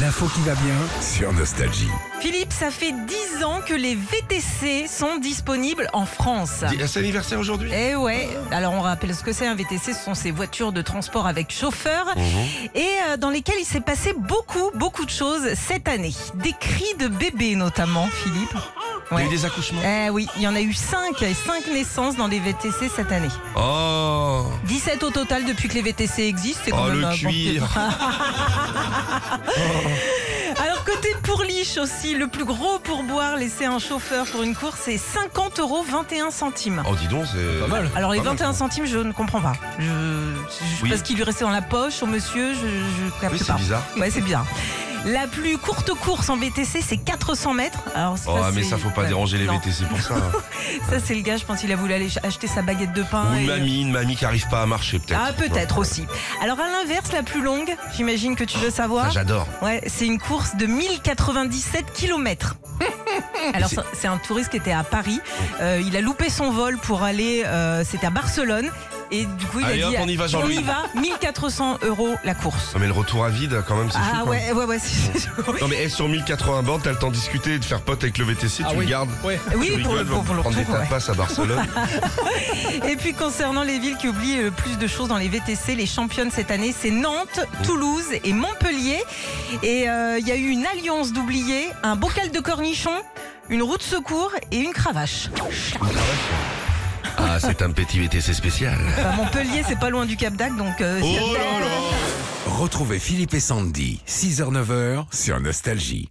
L'info qui va bien sur Nostalgie. Philippe, ça fait 10 ans que les VTC sont disponibles en France. Dis- C'est anniversaire aujourd'hui Eh ouais, alors on rappelle ce que c'est un VTC, ce sont ces voitures de transport avec chauffeur et euh, dans lesquelles il s'est passé beaucoup, beaucoup de choses cette année. Des cris de bébés notamment, Philippe. Il y a Ouais. eu des accouchements Eh oui, il y en a eu 5, 5 naissances dans les VTC cette année. Oh 17 au total depuis que les VTC existent. c'est quand Oh, même le un bon cuir. Alors côté pourliche aussi, le plus gros pourboire laissé à un chauffeur pour une course, c'est 50 euros 21 centimes. Oh dis donc, c'est... Pas mal. Alors les Pas mal, 21 quoi. centimes, je ne comprends pas. Je, je sais Oui. pas ce qui lui restait dans la poche au monsieur, je, je capte Oui, c'est pas. bizarre. Ouais, c'est bien. La plus courte course en VTC, c'est 400 mètres. Alors, c'est Oh pas- mais c'est- ça faut pas ouais. déranger les Non. VTC pour ça. hein. Ça, c'est le gars, je pense, il a voulu aller ch- acheter sa baguette de pain. Ou et- euh, une mamie, une mamie qui arrive pas à marcher peut-être. Ah, peut-être Ouais. aussi. Alors, à l'inverse, la plus longue, j'imagine que tu veux Ça, savoir. J'adore. Ouais, c'est une course de 1097 km. Alors c'est- c'est- c'est un touriste qui était à Paris. Euh, il a loupé son vol pour aller, euh, c'était à Barcelone. Et du coup il Allez a hop, dit, on y va, on Jean-Louis. y va, 1400 euros la course. Non, mais le retour à vide quand même c'est Ah chaud. quoi. ouais, ouais, ouais, c'est- c'est- Non mais eh, sur 1080 bornes, t'as le temps de discuter et de faire pote avec le VTC, tu le gardes. Ouais. Ah oui, Tu pour le, rigoles, pour, va pour le prendre des retour. ouais. tapas à Barcelone. Et puis concernant les villes qui oublient le plus de choses dans les VTC, les championnes cette année, c'est Nantes, Toulouse et Montpellier. Et euh, il y a eu une alliance d'oubliés, un bocal de cornichons, une roue de secours et une cravache. ah c'est un petit VTC spécial. Bah, Montpellier, c'est pas loin du Cap d'Agde, donc. euh, Oh s'il y a- là là Retrouvez Philippe et Sandy, 6h-9h sur Nostalgie.